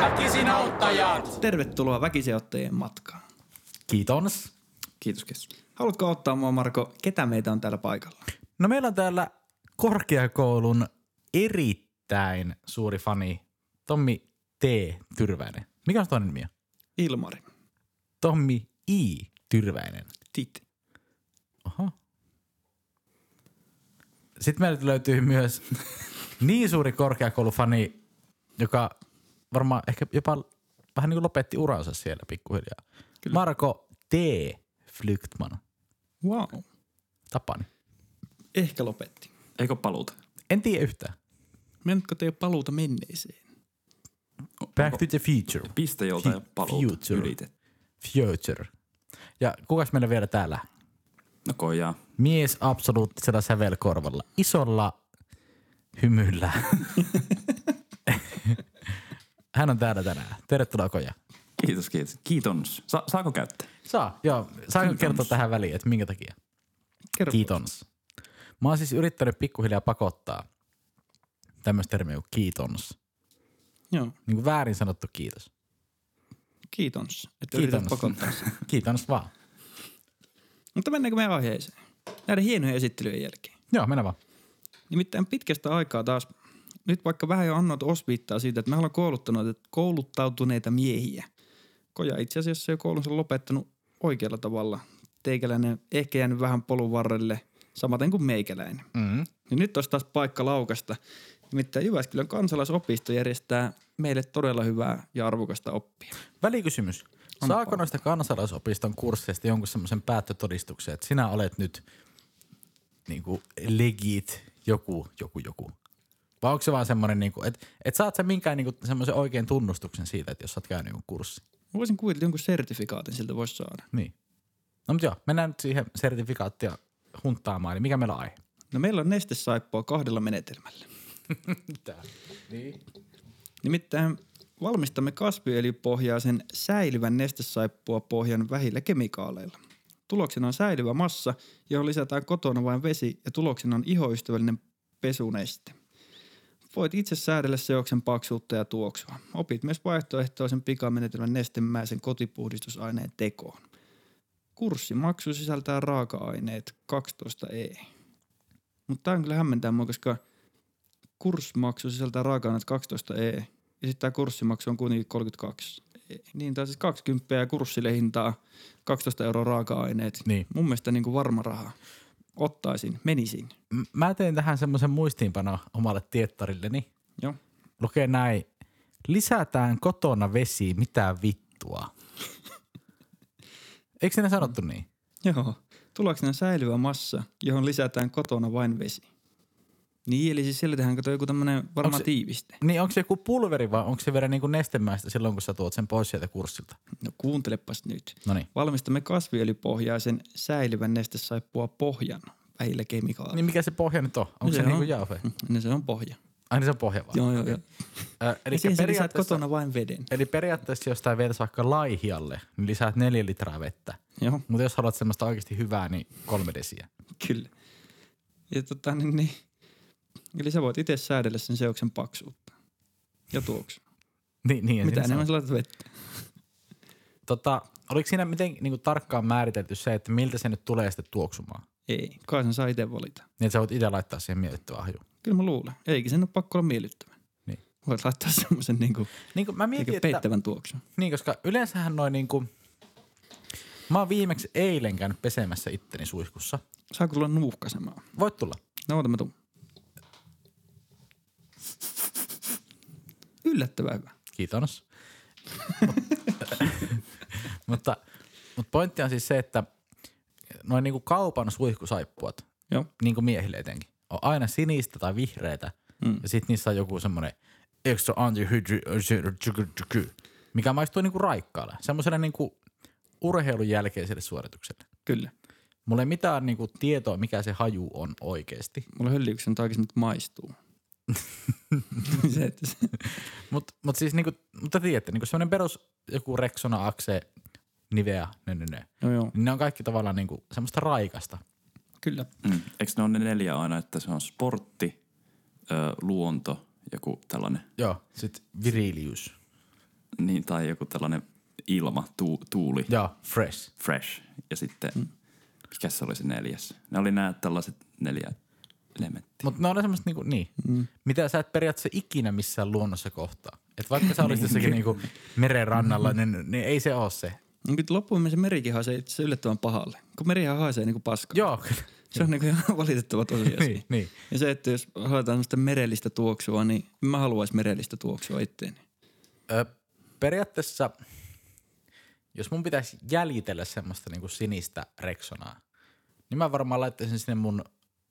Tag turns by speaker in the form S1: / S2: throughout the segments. S1: Väkisin auttajat!
S2: Tervetuloa väkiseottajien matkaan.
S3: Kiitos.
S2: Kiitos, kiitos. Haluatko ottaa mua, Marko, ketä meitä on täällä paikalla?
S3: No meillä on täällä korkeakoulun erittäin suuri fani Tommi T. Tyrväinen. Mikä on se toinen nimi?
S2: Ilmari.
S3: Tommi I. Tyrväinen.
S2: Titi.
S3: Oho. Sitten meiltä löytyy myös niin suuri korkeakoulufani, joka varmaan ehkä jopa vähän niin kuin lopetti uransa siellä pikkuhiljaa. Kyllä. Marko T. Flygtman.
S2: Wow.
S3: Tapani.
S2: Ehkä lopetti.
S4: Eikö paluuta?
S3: En tiedä yhtään.
S2: Menetkö te paluuta menneeseen?
S3: Back to the future.
S4: Piste jolta ja
S3: Fi-
S4: paluuta
S3: future.
S4: ylitetty.
S3: Future. Ja kukas meillä vielä täällä?
S4: No kojaa.
S3: Mies absoluuttisella sävelkorvalla. Isolla hymyllä. Hän on täällä tänään. Tervetuloa Koja.
S4: Kiitos, kiitos. Kiitons. Sa- saako käyttää?
S3: Saa, joo. Saanko kertoa tähän väliin, että minkä takia?
S2: Kerro.
S3: Kiitons. Mä oon siis yrittänyt pikkuhiljaa pakottaa tämmöistä termiä kuin kiitons.
S2: Joo,
S3: Niin kuin väärin sanottu kiitos.
S2: kiitons, että yrität
S3: Kiitons.
S2: pakottaa sen.
S3: kiitons vaan.
S2: Mutta mennäänkö meidän aiheeseen? Näiden hienojen esittelyjen jälkeen.
S3: Joo, mennä vaan.
S2: Nimittäin pitkästä aikaa taas, nyt vaikka vähän jo annoit osviittaa siitä, että me ollaan kouluttaneet- kouluttautuneita miehiä. Koja itse asiassa jo koulunsa lopettanut oikealla tavalla. Teikäläinen ehkä jäänyt vähän polun varrelle, samaten kuin meikäläinen.
S3: Mm.
S2: Niin nyt olisi taas paikka laukasta. Nimittäin Jyväskylän kansalaisopisto järjestää meille todella hyvää ja arvokasta oppia.
S3: Välikysymys. Saako noista kansalaisopiston kursseista jonkun semmoisen päättötodistuksen, että sinä olet nyt niinku legit joku, joku, joku? Vai onko se vaan semmoinen, niinku, että et saat sä minkään niinku semmoisen oikean tunnustuksen siitä, että jos sä oot käynyt jonkun kurssi?
S2: Mä voisin kuvitella, että jonkun sertifikaatin siltä voisi saada.
S3: Niin. No mutta joo, mennään nyt siihen sertifikaattia hunttaamaan, eli mikä meillä on aihe?
S2: No meillä on nestesaippua kahdella menetelmällä.
S3: Mitä? Niin.
S2: Nimittäin valmistamme kasviöljypohjaisen säilyvän nestesaippua pohjan vähillä kemikaaleilla. Tuloksena on säilyvä massa, johon lisätään kotona vain vesi ja tuloksena on ihoystävällinen pesuneste. Voit itse säädellä seoksen paksuutta ja tuoksua. Opit myös vaihtoehtoisen pikamenetelmän nestemäisen kotipuhdistusaineen tekoon. Kurssimaksu sisältää raaka-aineet 12 e. Mutta tämä on kyllä hämmentää mua, koska kurssimaksu sisältää raaka-aineet 12 e, ja sitten tämä kurssimaksu on kuitenkin 32 e. Niin, tai siis 20 ja kurssille hintaa 12 euroa raaka-aineet.
S3: Niin.
S2: Mun mielestä niin kuin varma raha. Ottaisin, menisin.
S3: M- Mä tein tähän semmoisen muistiinpano omalle tiettarilleni.
S2: Joo.
S3: lukee näin. Lisätään kotona vesi, mitä vittua. Eikö sinä sanottu niin?
S2: Joo. Tuloksena säilyvä massa, johon lisätään kotona vain vesi. Niin, eli siis sillä tehdään kato joku tämmönen varmaan
S3: se-
S2: tiiviste.
S3: Niin onko se joku pulveri vai onko se vielä niin kuin nestemäistä silloin, kun sä tuot sen pois sieltä kurssilta?
S2: No kuuntelepas nyt.
S3: No niin.
S2: Valmistamme kasviöljypohjaisen säilyvän nestesaippua pohjan vähillä kemikaaleilla.
S3: Niin mikä se pohja nyt on? Onko se,
S2: se
S3: se niin
S2: on.
S3: kuin jauhe?
S2: Niin se on pohja.
S3: Ai niin se on pohja vaan.
S2: Joo, joo, joo.
S3: Ö, eli,
S2: Ja siihen sä lisät
S3: periaatteessa,
S2: kotona vain veden.
S3: eli periaatteessa jos tää vedät vaikka laihialle, niin lisäät neljä litraa vettä.
S2: Joo,
S3: Mutta jos haluat semmoista oikeasti hyvää, niin kolme desiä.
S2: kyllä. Ja tota niin, niin. Eli sä voit itse säädellä sen seoksen paksuutta ja tuoksua.
S3: Niin, niin ja
S2: Mitä
S3: siinä
S2: enemmän sä laitat vettä.
S3: Tota, oliko siinä miten niin kuin tarkkaan määritelty se, että miltä se nyt tulee sitten tuoksumaan?
S2: Ei, kai sen saa itse valita.
S3: Niin että sä voit itse laittaa siihen miellyttävää haju.
S2: Kyllä mä luulen. Eikä sen ole pakko olla miellyttävä.
S3: Niin.
S2: Voit laittaa semmoisen niinku,
S3: Niin kuin mä mietin,
S2: niinku
S3: että,
S2: peittävän tuoksun.
S3: niin, koska yleensähän noin niin kuin, mä oon viimeksi eilen käynyt pesemässä itteni suihkussa.
S2: Saako tulla nuuhkaisemaan?
S3: Voit tulla.
S2: No oota mä tuun. Yllättävän hyvä.
S3: Kiitos. mutta, mutta pointti on siis se, että noin niin kuin kaupan suihkusaippuat,
S2: Joo.
S3: niin kuin miehille etenkin, on aina sinistä tai vihreitä. Mm. Ja sit niissä on joku semmoinen extra antihydri, mikä maistuu niinku raikkaalle. Semmoiselle niinku urheilun jälkeiselle suoritukselle.
S2: Kyllä.
S3: Mulla ei mitään niinku tietoa, mikä se haju on oikeasti.
S2: Mulla hölliyksen taakse nyt maistuu. se, että se,
S3: Mutta mut siis niinku, mutta tiedätte, niinku semmoinen perus joku Rexona, Axe, Nivea, ne, ne, ne.
S2: no joo,
S3: Niin ne on kaikki tavallaan niinku semmoista raikasta.
S2: kyllä.
S4: Mm. Eikö ne ole ne neljä aina, että se on sportti, ö, luonto, joku tällainen.
S3: Joo, sit virilius.
S4: Niin, tai joku tällainen ilma, tuu, tuuli, ja. Mm.
S3: Joo, fresh.
S4: fresh. Ja sitten, mikä se oli se neljäs? Ne oli nämä tällaiset neljä elementtiä.
S3: Mutta ne on semmoista niinku, niin, mm. mitä sä et periaatteessa ikinä missään luonnossa kohtaa. Et vaikka sä olisit jossakin niinku merenrannalla, niin, niin, ei se ole se.
S2: Mutta loppuun se merikin haisee itse asiassa yllättävän pahalle, kun merihän haisee niinku paskaa.
S3: Joo, kyllä.
S2: Se on niinku ihan valitettava tosiasia.
S3: Niin, niin.
S2: Ja se, että jos haetaan semmoista merellistä tuoksua, niin en mä haluaisin merellistä tuoksua itteeni.
S3: Ö, periaatteessa, jos mun pitäisi jäljitellä semmoista niinku sinistä reksonaa, niin mä varmaan laittaisin sinne mun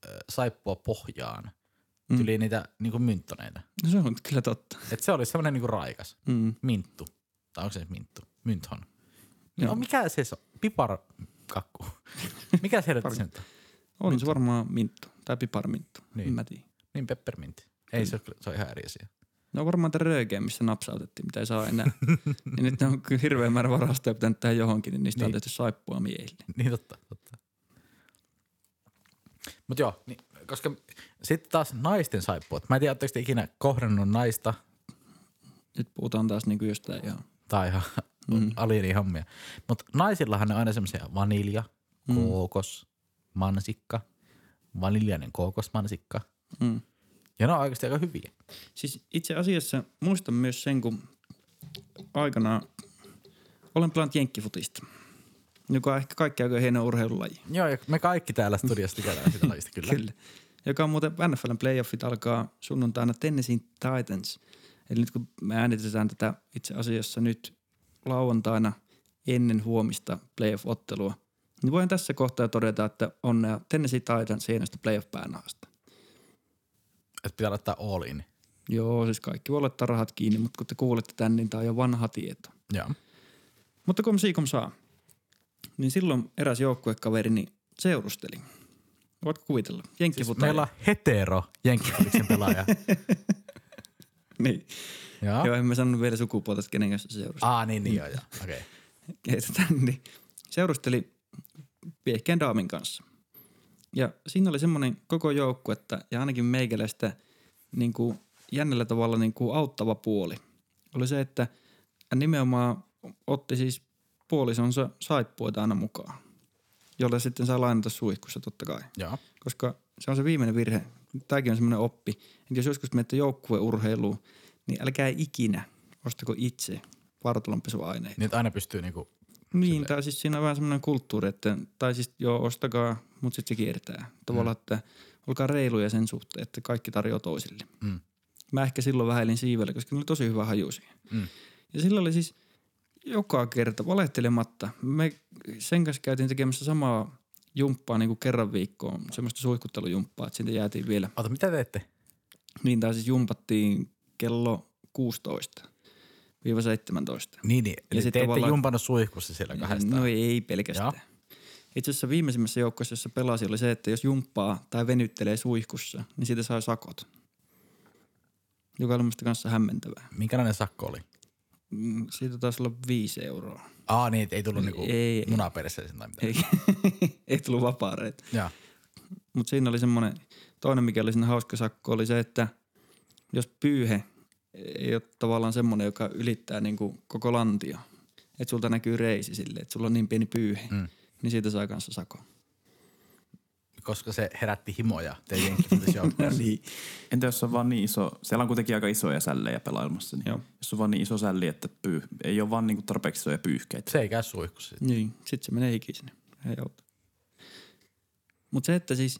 S3: ö, saippua pohjaan tyli niitä niinku mynttoneita.
S2: No se on kyllä totta.
S3: Et se olisi semmoinen niinku raikas.
S2: Mm.
S3: Minttu. Tai onko se nyt minttu? Mynthon. No mikä se on? Piparkakku. mikä se herätti sen?
S2: On se varmaan minttu tai piparminttu.
S3: Niin.
S2: Niin. En mä tiedä.
S3: Niin peppermintti. Ei se, ole kyllä- se on ihan eri asia.
S2: No varmaan tämän röökeen, missä napsautettiin, mitä ei saa enää. ja nyt ne on kyllä hirveän määrä varastoja pitänyt tehdä johonkin, niin niistä niin.
S3: Niin.
S2: on tehty saippua miehille.
S3: Niin totta, totta. Mut joo, niin, koska sitten taas naisten saippuat. Mä en tiedä, ootteko te ikinä kohdannut naista
S2: Nyt puhutaan taas niinku jostain ihan.
S3: tai ihan mm. alienihommia. Mutta naisillahan ne on aina semmoisia vanilja, kookos, mansikka, vaniljainen kookosmansikka.
S2: Mm.
S3: Ja ne on oikeasti aika hyviä.
S2: Siis itse asiassa muistan myös sen, kun aikanaan olen pelannut jenkkifutista, joka on ehkä kaikki aika hieno urheilulaji.
S3: Joo, ja me kaikki täällä studiossa tykätään sitä lajista kyllä.
S2: Kyllä. Joka on muuten NFLn playoffit alkaa sunnuntaina Tennessee Titans. Eli nyt kun me äänitetään tätä itse asiassa nyt lauantaina ennen huomista playoff-ottelua, niin voin tässä kohtaa todeta, että on nämä Tennessee Titans hienosta playoff-päänahasta.
S3: Että pitää laittaa all in.
S2: Joo, siis kaikki voi laittaa rahat kiinni, mutta kun te kuulette tän, niin tämä on jo vanha tieto.
S3: Joo.
S2: Mutta kom siikom saa. Niin silloin eräs joukkuekaverini seurusteli. Voitko kuvitella?
S3: Siis
S2: Jenkkifutaja.
S3: meillä on hetero jenkkifutiksen pelaaja.
S2: Niin.
S3: joo.
S2: Joo, en mä sanonut vielä sukupuolta, että kenen kanssa se seurusteli.
S3: Aa, niin, niin joo, joo. Okei. Okay.
S2: heitetään, niin seurusteli piehkeän daamin kanssa. Ja siinä oli semmoinen koko joukku, että ja ainakin meikäläistä niin kuin jännällä tavalla niin kuin auttava puoli oli se, että hän nimenomaan otti siis puolisonsa saippuita aina mukaan, jolle sitten saa lainata suihkussa totta kai
S3: Joo.
S2: koska se on se viimeinen virhe. Tämäkin on semmoinen oppi. Että jos joskus menette joukkueurheiluun, niin älkää ikinä ostako itse vartalonpesuaineita.
S3: Nyt aina pystyy niinku,
S2: Niin, tai siis siinä on vähän semmoinen kulttuuri, että, tai siis joo, ostakaa, mutta sitten se kiertää. Tavallaan, että olkaa reiluja sen suhteen, että kaikki tarjoaa toisille.
S3: Mm.
S2: Mä ehkä silloin vähäilin siivellä, koska ne oli tosi hyvä haju siihen.
S3: Mm.
S2: Ja sillä oli siis joka kerta valehtelematta. Me sen kanssa käytiin tekemässä samaa jumppaa niin kuin kerran viikkoon, semmoista suihkuttelujumppaa, että siitä jäätiin vielä.
S3: ota mitä teette?
S2: Niin, tai siis jumpattiin kello 16 viiva 17.
S3: Niin, niin. Eli te
S2: sitten
S3: ette
S2: tavallaan-
S3: jumpannut suihkussa siellä kahdestaan.
S2: No ei pelkästään.
S3: Joo.
S2: Itse asiassa viimeisimmässä joukkueessa, jossa pelasi, oli se, että jos jumppaa tai venyttelee suihkussa, niin siitä sai sakot. Joka oli musta kanssa hämmentävää.
S3: Minkälainen sakko oli?
S2: Mm, Siitä taisi olla viisi euroa.
S3: Aa, niin, et ei tullut niinku
S2: Ei, ei.
S3: munaperässä tai mitään.
S2: Ei, ei tullut vapaareita.
S3: Joo.
S2: Mutta siinä oli semmoinen, toinen mikä oli siinä hauska sakko, oli se, että jos pyyhe ei ole tavallaan semmoinen, joka ylittää niinku koko lantia, että sulta näkyy reisi sille, että sulla on niin pieni pyyhe,
S3: Mm.
S2: mm. niin siitä saa kanssa sakon.
S3: Koska se herätti himoja teidän jenkifutisjoukkueessa.
S2: Niin.
S4: Entä jos on vaan niin iso, siellä on kuitenkin aika isoja sällejä pelailmassa, niin
S2: Joo.
S4: jos on vaan niin iso sälli, että pyyh, ei ole vaan niinku tarpeeksi isoja pyyhkeitä.
S3: se ei käy suihkussa. sit.
S2: Niin, sit se menee hiki sinne. Ei auta. Mut se, että siis,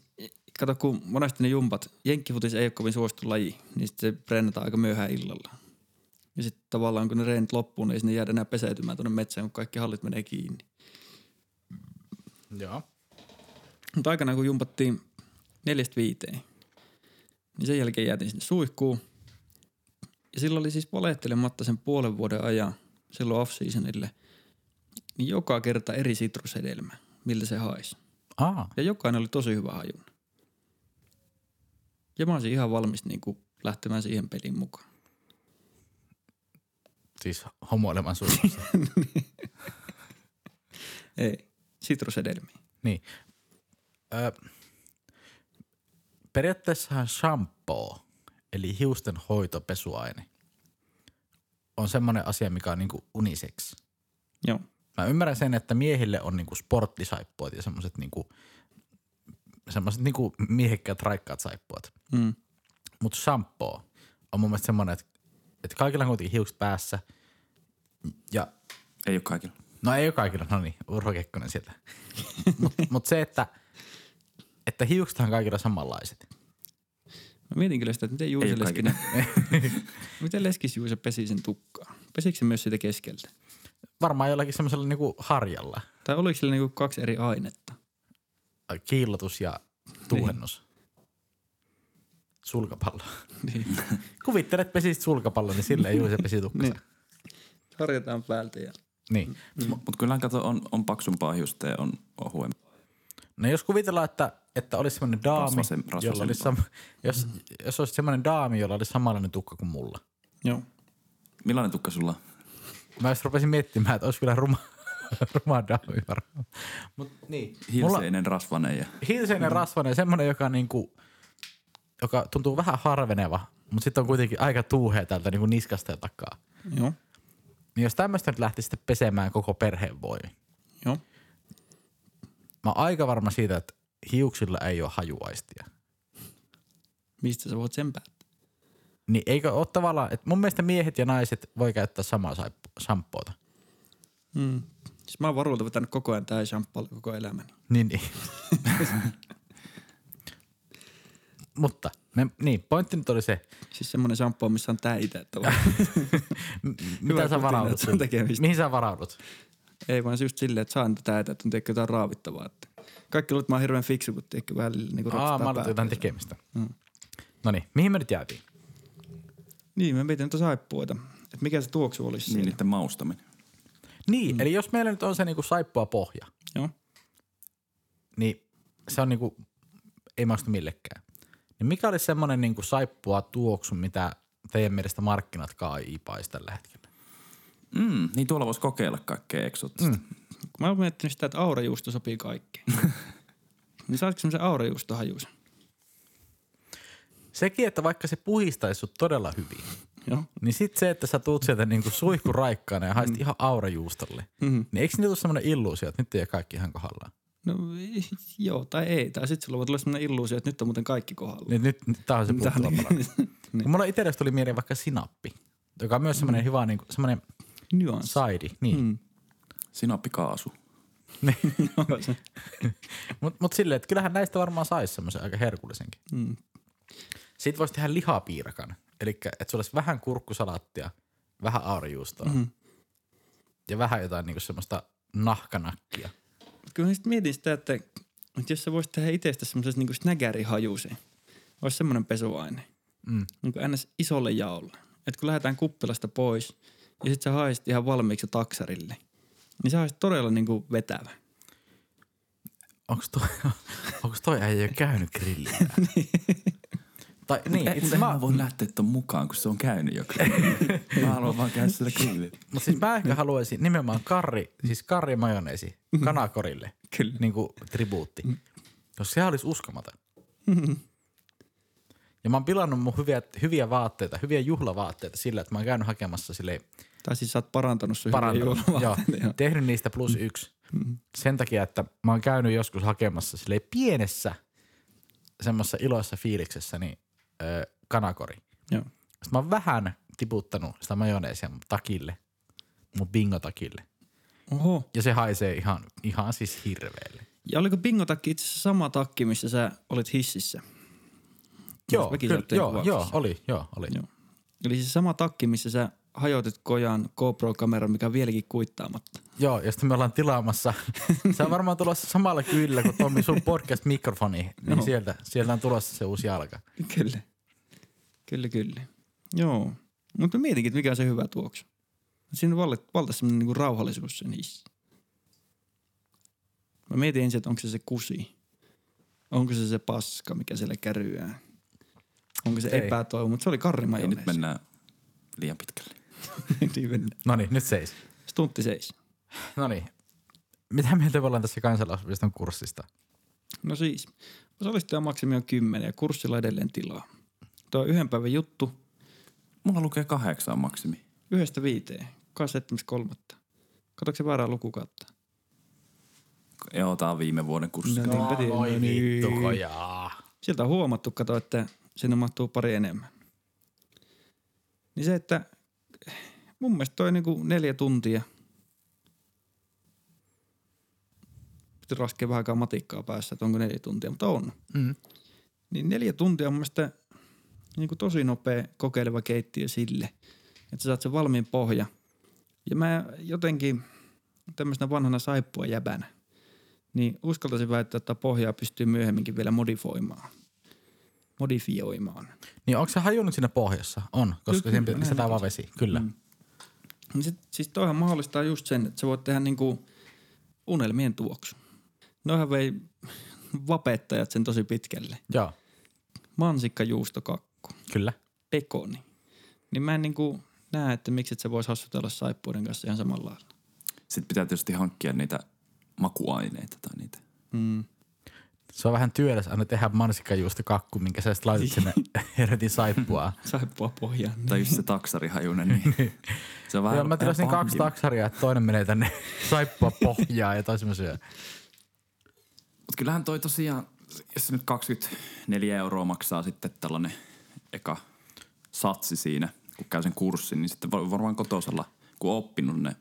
S2: kato kun monesti ne jumpat, jenkkifutis ei ole kovin suosittu laji, niin sit se treenataan aika myöhään illalla. Ja sitten tavallaan kun ne reenit loppuu, niin ei sinne jäädä enää peseytymään tuonne metsään, kun kaikki hallit menee kiinni.
S3: Joo.
S2: Mutta aikanaan kun jumpattiin neljästä viiteen, niin sen jälkeen jäätiin sinne suihkuun. Ja silloin oli siis valehtelematta sen puolen vuoden ajan, silloin off-seasonille, niin joka kerta eri sitrushedelmä, miltä se haisi.
S3: Aa,
S2: Ja jokainen oli tosi hyvä hajun. Ja mä olisin ihan valmis niin kuin lähtemään siihen peliin mukaan.
S3: siis homoileman suihkussa.
S2: Ei, sitrushedelmiä.
S3: niin. Ö, periaatteessahan shampoo, eli hiusten hoitopesuaine, on semmoinen asia, mikä on niinku unisex.
S2: Joo.
S3: Mä ymmärrän sen, että miehille on niinku sporttisaippuat ja semmoiset niinku, semmoiset niinku miehekkäät raikkaat saippuat.
S2: Mm.
S3: Mutta shampoo on mun mielestä semmoinen, että, että kaikilla on kuitenkin hiukset päässä. Ja
S4: Ei ole kaikilla.
S3: no ei ole kaikilla, no niin, Urho Kekkonen sieltä. Mutta mut se, että, että hiukset on kaikilla samanlaiset.
S2: Mä mietin kyllä sitä, että miten Juuse,
S4: Ei oo
S2: Leskinen, miten Leskis Juuse pesi sen tukkaa. Pesikö se myös sitä keskeltä?
S3: Varmaan jollakin semmoisella niinku harjalla.
S2: Tai oliko sillä niinku kaksi eri ainetta?
S3: kiillotus ja tuhennus. Sulkapallo.
S2: Niin.
S3: Kuvittele, että pesisit sulkapallon, niin silleen juuri se pesi tukkansa.
S2: Niin. Harjataan päältä ja...
S3: niin.
S4: Mutta kyllä kato, on, on paksumpaa hiusta ja on ohuempaa.
S3: No jos kuvitellaan, että, että olisi semmoinen daami,
S4: Rasvasem-
S3: jolla olisi sam- jos, jos olisi semmoinen daami, jolla olisi samanlainen tukka kuin mulla.
S2: Joo.
S4: Millainen tukka sulla on?
S3: Mä just rupesin miettimään, että olisi kyllä ruma, ruma daami varmaan. Mut niin. Mulla
S4: Hilseinen, Mulla... rasvanen ja
S3: hilseinen rasvainen, semmoinen, joka niinku, joka tuntuu vähän harveneva, mutta sitten on kuitenkin aika tuuhea tältä niinku niskasta ja takaa.
S2: Joo.
S3: Niin jos tämmöistä nyt lähti sitten pesemään koko perheen voi.
S2: Joo.
S3: Mä oon aika varma siitä, että hiuksilla ei ole hajuaistia.
S2: Mistä sä voit sen päättää?
S3: Niin eikö ole tavallaan, että mun mielestä miehet ja naiset voi käyttää samaa saippu- samppuota.
S2: Mm. Siis mä oon varulta vetänyt koko ajan tää shampoo koko elämäni.
S3: Niin, niin. Mutta, me, niin, pointti nyt oli se,
S2: Siis semmonen shampoo, missä on täitä, että vaan.
S3: mitä sä
S2: kutina,
S3: varaudut?
S2: että on
S3: sille?
S2: tekemistä.
S3: Mihin sä varaudut?
S2: Ei vaan se just silleen, että saan tätä tätä, että on tiedätkö jotain raavittavaa. Että kaikki luulet, että mä oon hirveän fiksu, kun tiedätkö välillä niin
S3: Aa, mä aloitan jotain tekemistä. Mm. No niin, mihin me nyt jäätiin?
S2: Niin, mä mietin tuossa saippuota. Että mikä se tuoksu olisi
S4: niin,
S2: siinä.
S4: niiden maustaminen.
S3: Niin, mm. eli jos meillä nyt on se niinku saippua pohja,
S2: Joo.
S3: niin se on niinku, ei maistu millekään. Niin mikä olisi semmoinen niinku saippua tuoksu, mitä teidän mielestä markkinat kaipaisi tällä hetkellä?
S4: Mm, niin tuolla voisi kokeilla kaikkea eksoottista. Mm.
S2: Kun mä oon miettinyt sitä, että aurajuusto sopii kaikkeen. niin saatko semmoisen aurajuustohajuisen?
S3: Sekin, että vaikka se puhistaisi sut todella hyvin,
S2: Joo.
S3: niin sit se, että sä tuut sieltä niinku suihkuraikkaana ja haist ihan aurajuustolle, mm. niin eikö niitä tule semmoinen illuusio, että nyt ei ole kaikki ihan kohdallaan?
S2: No ei- joo, tai ei. Tai sitten sulla voi tulla semmoinen illuusio, että nyt on muuten kaikki kohdalla. Niin,
S3: Niin nyt, nyt tää on niin. se
S2: Tää on
S3: puuttuva pala. Kun mulla itsellesi tuli mieleen vaikka sinappi, joka on myös semmoinen hyvä niinku, semmoinen
S2: Nyanssi.
S3: saidi. Niin. Mm.
S4: Sinappikaasu.
S3: Mutta mut silleen, että kyllähän näistä varmaan saisi semmoisen aika herkullisenkin. Mm. Sitten voisi tehdä lihapiirakan. Eli että sulla olisi vähän kurkkusalaattia, vähän aurijuustoa mm. ja vähän jotain niinku semmoista nahkanakkia.
S2: Mut Kyllä mä sit mietin sitä, että, että jos sä voisit tehdä itsestä semmoisen niinku snägärihajuisen, olisi semmoinen pesuaine.
S3: Mm.
S2: Niin kuin ns. isolle jaolle. Että kun lähdetään kuppilasta pois ja sit sä haist ihan valmiiksi taksarille, niin sä olisit todella niinku vetävä.
S3: Onko toi, onks toi äijä jo käynyt grillillä? tai niin, itse,
S4: Ei, Eh, mutta mä
S3: mä,
S4: voin lähteä ton mukaan, kun se on käynyt jo. mä haluan vaan käydä sillä grillillä.
S3: mut siis mä ehkä haluaisin nimenomaan karri, siis karri majoneesi kanakorille.
S2: Mhm. Kyllä. Mm.
S3: Niin kuin tribuutti. Jos sehän olisi uskomaton.
S2: Mhm.
S3: Ja mä oon pilannut mun hyviä, hyviä vaatteita, hyviä juhlavaatteita sillä, että mä oon käynyt hakemassa sille
S2: Tai siis sä oot parantanut sun
S3: parantanut.
S2: hyviä
S3: Joo,
S2: juhlavaatteita. Joo. Mm.
S3: tehnyt niistä plus yksi. Sen takia, että mä oon käynyt joskus hakemassa sille pienessä semmoisessa iloisessa fiiliksessä niin, ö, kanakori.
S2: Joo.
S3: Sitten mä oon vähän tiputtanut sitä majoneesia mun takille, mun bingotakille.
S2: Oho.
S3: Ja se haisee ihan, ihan siis hirveelle.
S2: Ja oliko bingotakki itse asiassa sama takki, missä sä olit hississä?
S3: Joo,
S2: Mäkin
S3: kyllä,
S2: saattiin
S3: joo,
S2: kuvauksessa.
S3: joo, oli, joo, oli. Joo.
S2: Joo. Eli se sama takki, missä sä hajotit kojan GoPro-kameran, mikä on vieläkin kuittaamatta.
S3: Joo, ja sitten me ollaan tilaamassa. Se on varmaan tulossa samalla kyydillä kuin Tommi sun podcast-mikrofoni, niin
S2: Joo.
S3: sieltä, sieltä on tulossa se uusi jalka.
S2: Kyllä. Kyllä, kyllä. Joo. Mutta mä mietinkin, että mikä on se hyvä tuoksu. Siinä valtaisi valta semmoinen niinku rauhallisuus sen hissi. Mä mietin ensin, että onko se se kusi. Onko se se paska, mikä siellä käryää. Onko se
S3: Ei.
S2: epätoivo, mutta se oli
S4: Ei,
S2: karrimajoneesi.
S4: nyt mennään liian pitkälle.
S2: niin mennään.
S3: No niin, nyt seis.
S2: Stuntti seis.
S3: No niin. Mitä mieltä me ollaan tässä kansalaisopiston kurssista?
S2: No siis, osallistuja maksimi on 10 ja kurssilla edelleen tilaa. Tuo on yhden päivän juttu.
S4: Mulla lukee kahdeksan maksimi.
S2: Yhdestä viiteen. 27.3. Katsoitko se väärää lukukautta?
S4: Joo, tää on viime vuoden kurssi.
S2: No. Niinpä tietysti.
S3: Voi
S2: No niin.
S3: vittu kojaa.
S2: Sieltä on huomattu, kato, että sinne mahtuu pari enemmän. Niin se, että mun mielestä toi niinku neljä tuntia. Piti laskea vähän aikaa matikkaa päässä, että onko neljä tuntia, mutta on.
S3: Mm.
S2: Niin neljä tuntia on mun mielestä niinku tosi nopea kokeileva keittiö sille, että sä saat sen valmiin pohja. Ja mä jotenkin tämmöisenä vanhana saippua jäbänä, niin uskaltaisin väittää, että pohjaa pystyy myöhemminkin vielä modifoimaan. Modifioimaan.
S3: Niin onko se hajunut siinä pohjassa? On, koska
S2: Kyllä,
S3: siihen
S2: kyllä,
S3: pitää lisätä vaan vesi. Kyllä. Mm.
S2: Niin sit, siis toihan mahdollistaa just sen, että sä voit tehdä niinku unelmien tuoksu. Noihän vei vapettajat sen tosi pitkälle.
S3: Joo,
S2: Mansikkajuustokakku,
S3: kyllä.
S2: pekoni. Niin mä en niinku näe, että miksi et sä vois hassutella saippuiden kanssa ihan samalla lailla.
S4: Sitten pitää tietysti hankkia niitä makuaineita tai niitä.
S2: Mm.
S3: Se on vähän työläs aina tehdä mansikkajuusta kakku, minkä sä sit laitat sinne herretin saippua.
S2: Saippua pohjaan.
S4: Tai just se taksarihajunen. Niin se on vähän
S3: Joo, mä tilasin
S4: vähän
S3: kaksi
S4: pankki.
S3: taksaria, että toinen menee tänne saippua pohjaan ja toisen mä syön.
S4: Mut kyllähän toi tosiaan, jos se nyt 24 euroa maksaa sitten tällainen eka satsi siinä, kun käy sen kurssin, niin sitten var- varmaan kotosalla, kun on oppinut ne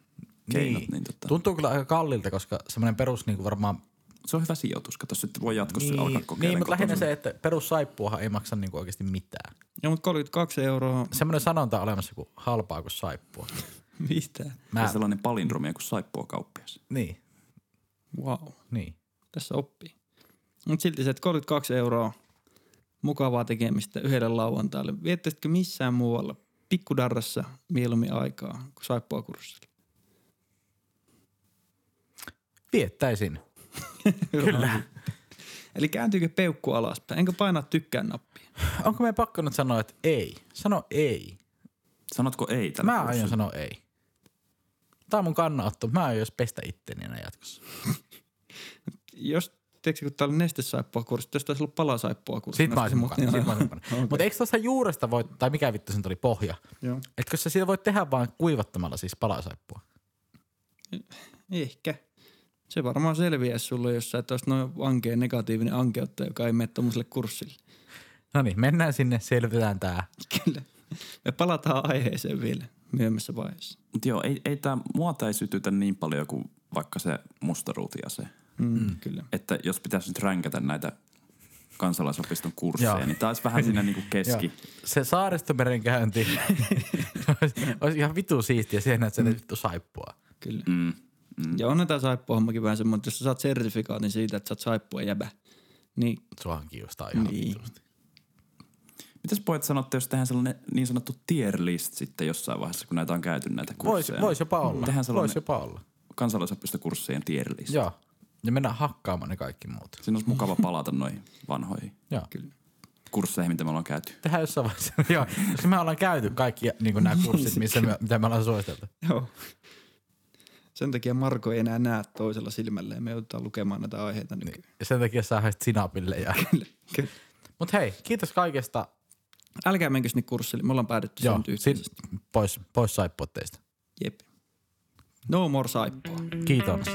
S4: keinot, niin, tota,
S3: Tuntuu kyllä aika kallilta, koska semmoinen perus niinku varmaan...
S4: se on hyvä sijoitus. Kato, sitten voi jatkossa alkaa kokeilemaan
S3: niin mutta lähinnä
S4: kotosalla.
S3: se, että perussaippuahan ei maksa niinku oikeasti mitään.
S2: Joo, mutta 32 euroa,
S3: Semmoinen sanonta on olemassa kuin halpaa kuin saippua.
S2: mitä?
S4: Mä...
S3: Mä,
S4: sellainen palindromia kuin saippua kauppias.
S3: niin,
S2: Wow.
S3: niin.
S2: Tässä oppii. Mutta silti se, että 32 euroa mukavaa tekemistä yhdelle lauantaille. Viettäisitkö missään muualla pikkudarrassa mieluummin aikaa kuin saippua kurssilla?
S3: Viettäisin.
S2: Kyllä. Eli kääntyykö peukku alaspäin? Enkä painaa tykkään nappia.
S3: Onko meidän pakko nyt sanoa, että ei? Sano ei.
S4: Sanotko ei tällä
S3: Mä
S4: kurssilla?
S3: aion sanoa ei. Tää on mun kannanotto. Mä aion jos pestä itteni enää jatkossa.
S2: Jos, tiedätkö, kun täällä oli nestesaippua kurssi, tästä olisi ollut palasaippua kurssi.
S3: Sit mä olisin mukana. Sit mä olisin mukana. Mutta eikö tuosta juuresta voi, tai mikä vittu sen tuli, pohja?
S2: Joo.
S3: Etkö sä siitä voi tehdä vaan kuivattamalla siis palasaippua?
S2: Ehkä. Se varmaan selviää sulle, jos sä et olisi noin ankeen negatiivinen ankeutta, joka ei mene tuommoiselle kurssille.
S3: No niin, mennään sinne, selvitetään tää.
S2: Kyllä. Me palataan aiheeseen vielä myöhemmässä vaiheessa.
S4: Mut joo, ei, ei tää, mua tää ei sytytä niin paljon kuin vaikka se mustaruutiase.
S2: Mm, kyllä.
S4: Että jos pitäisi nyt ränkätä näitä kansalaisopiston kursseja,
S3: Joo.
S4: niin tää olisi vähän siinä niinku keski.
S3: Joo. Se saaristomeren käynti olisi, olisi ihan vitu siistiä siihen, että sä teet vittu saippua.
S2: Kyllä.
S4: Mm. Mm.
S2: Ja onhan tämä saippuahommakin vähän semmoinen, että jos sä saat sertifikaatin siitä, että sä oot saippua jäbä, niin
S3: Suahan kiustaa ihan
S2: Niin.
S3: niin.
S4: Mitäs pojat sanotte, jos tehdään sellainen niin sanottu tier list sitten jossain vaiheessa, kun näitä on käyty näitä
S3: Vois,
S4: kursseja?
S3: vois jopa olla.
S4: Tehdään sellainen-
S3: Vois jopa olla.
S4: Kansalaisopistokurssien tier list.
S3: Joo. Ja mennään hakkaamaan ne kaikki muut.
S4: Siinä olisi mukava palata noihin vanhoihin
S3: Joo.
S2: kyllä.
S4: kursseihin, mitä me ollaan käyty.
S3: Tehdään jossain vaiheessa. Joo, koska me ollaan käyty kaikki niin nämä kurssit, missä me, mitä me ollaan suositeltu.
S2: Joo. Sen takia Marko ei enää näe toisella silmällä ja me joudutaan lukemaan näitä aiheita nykyään.
S3: Ja Niin, sen takia sä haisit sinapille. Ja...
S2: Kyllä.
S3: Mut hei, kiitos kaikesta.
S2: Älkää menkö sinne kurssille, me ollaan päädytty sen
S3: Joo,
S2: nyt
S3: sin,
S2: yhteisesti.
S3: pois, pois saippuotteista.
S2: Jep. No more saippua.
S3: Kiitos.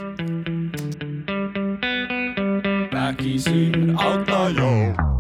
S1: väkisin auttaa jo.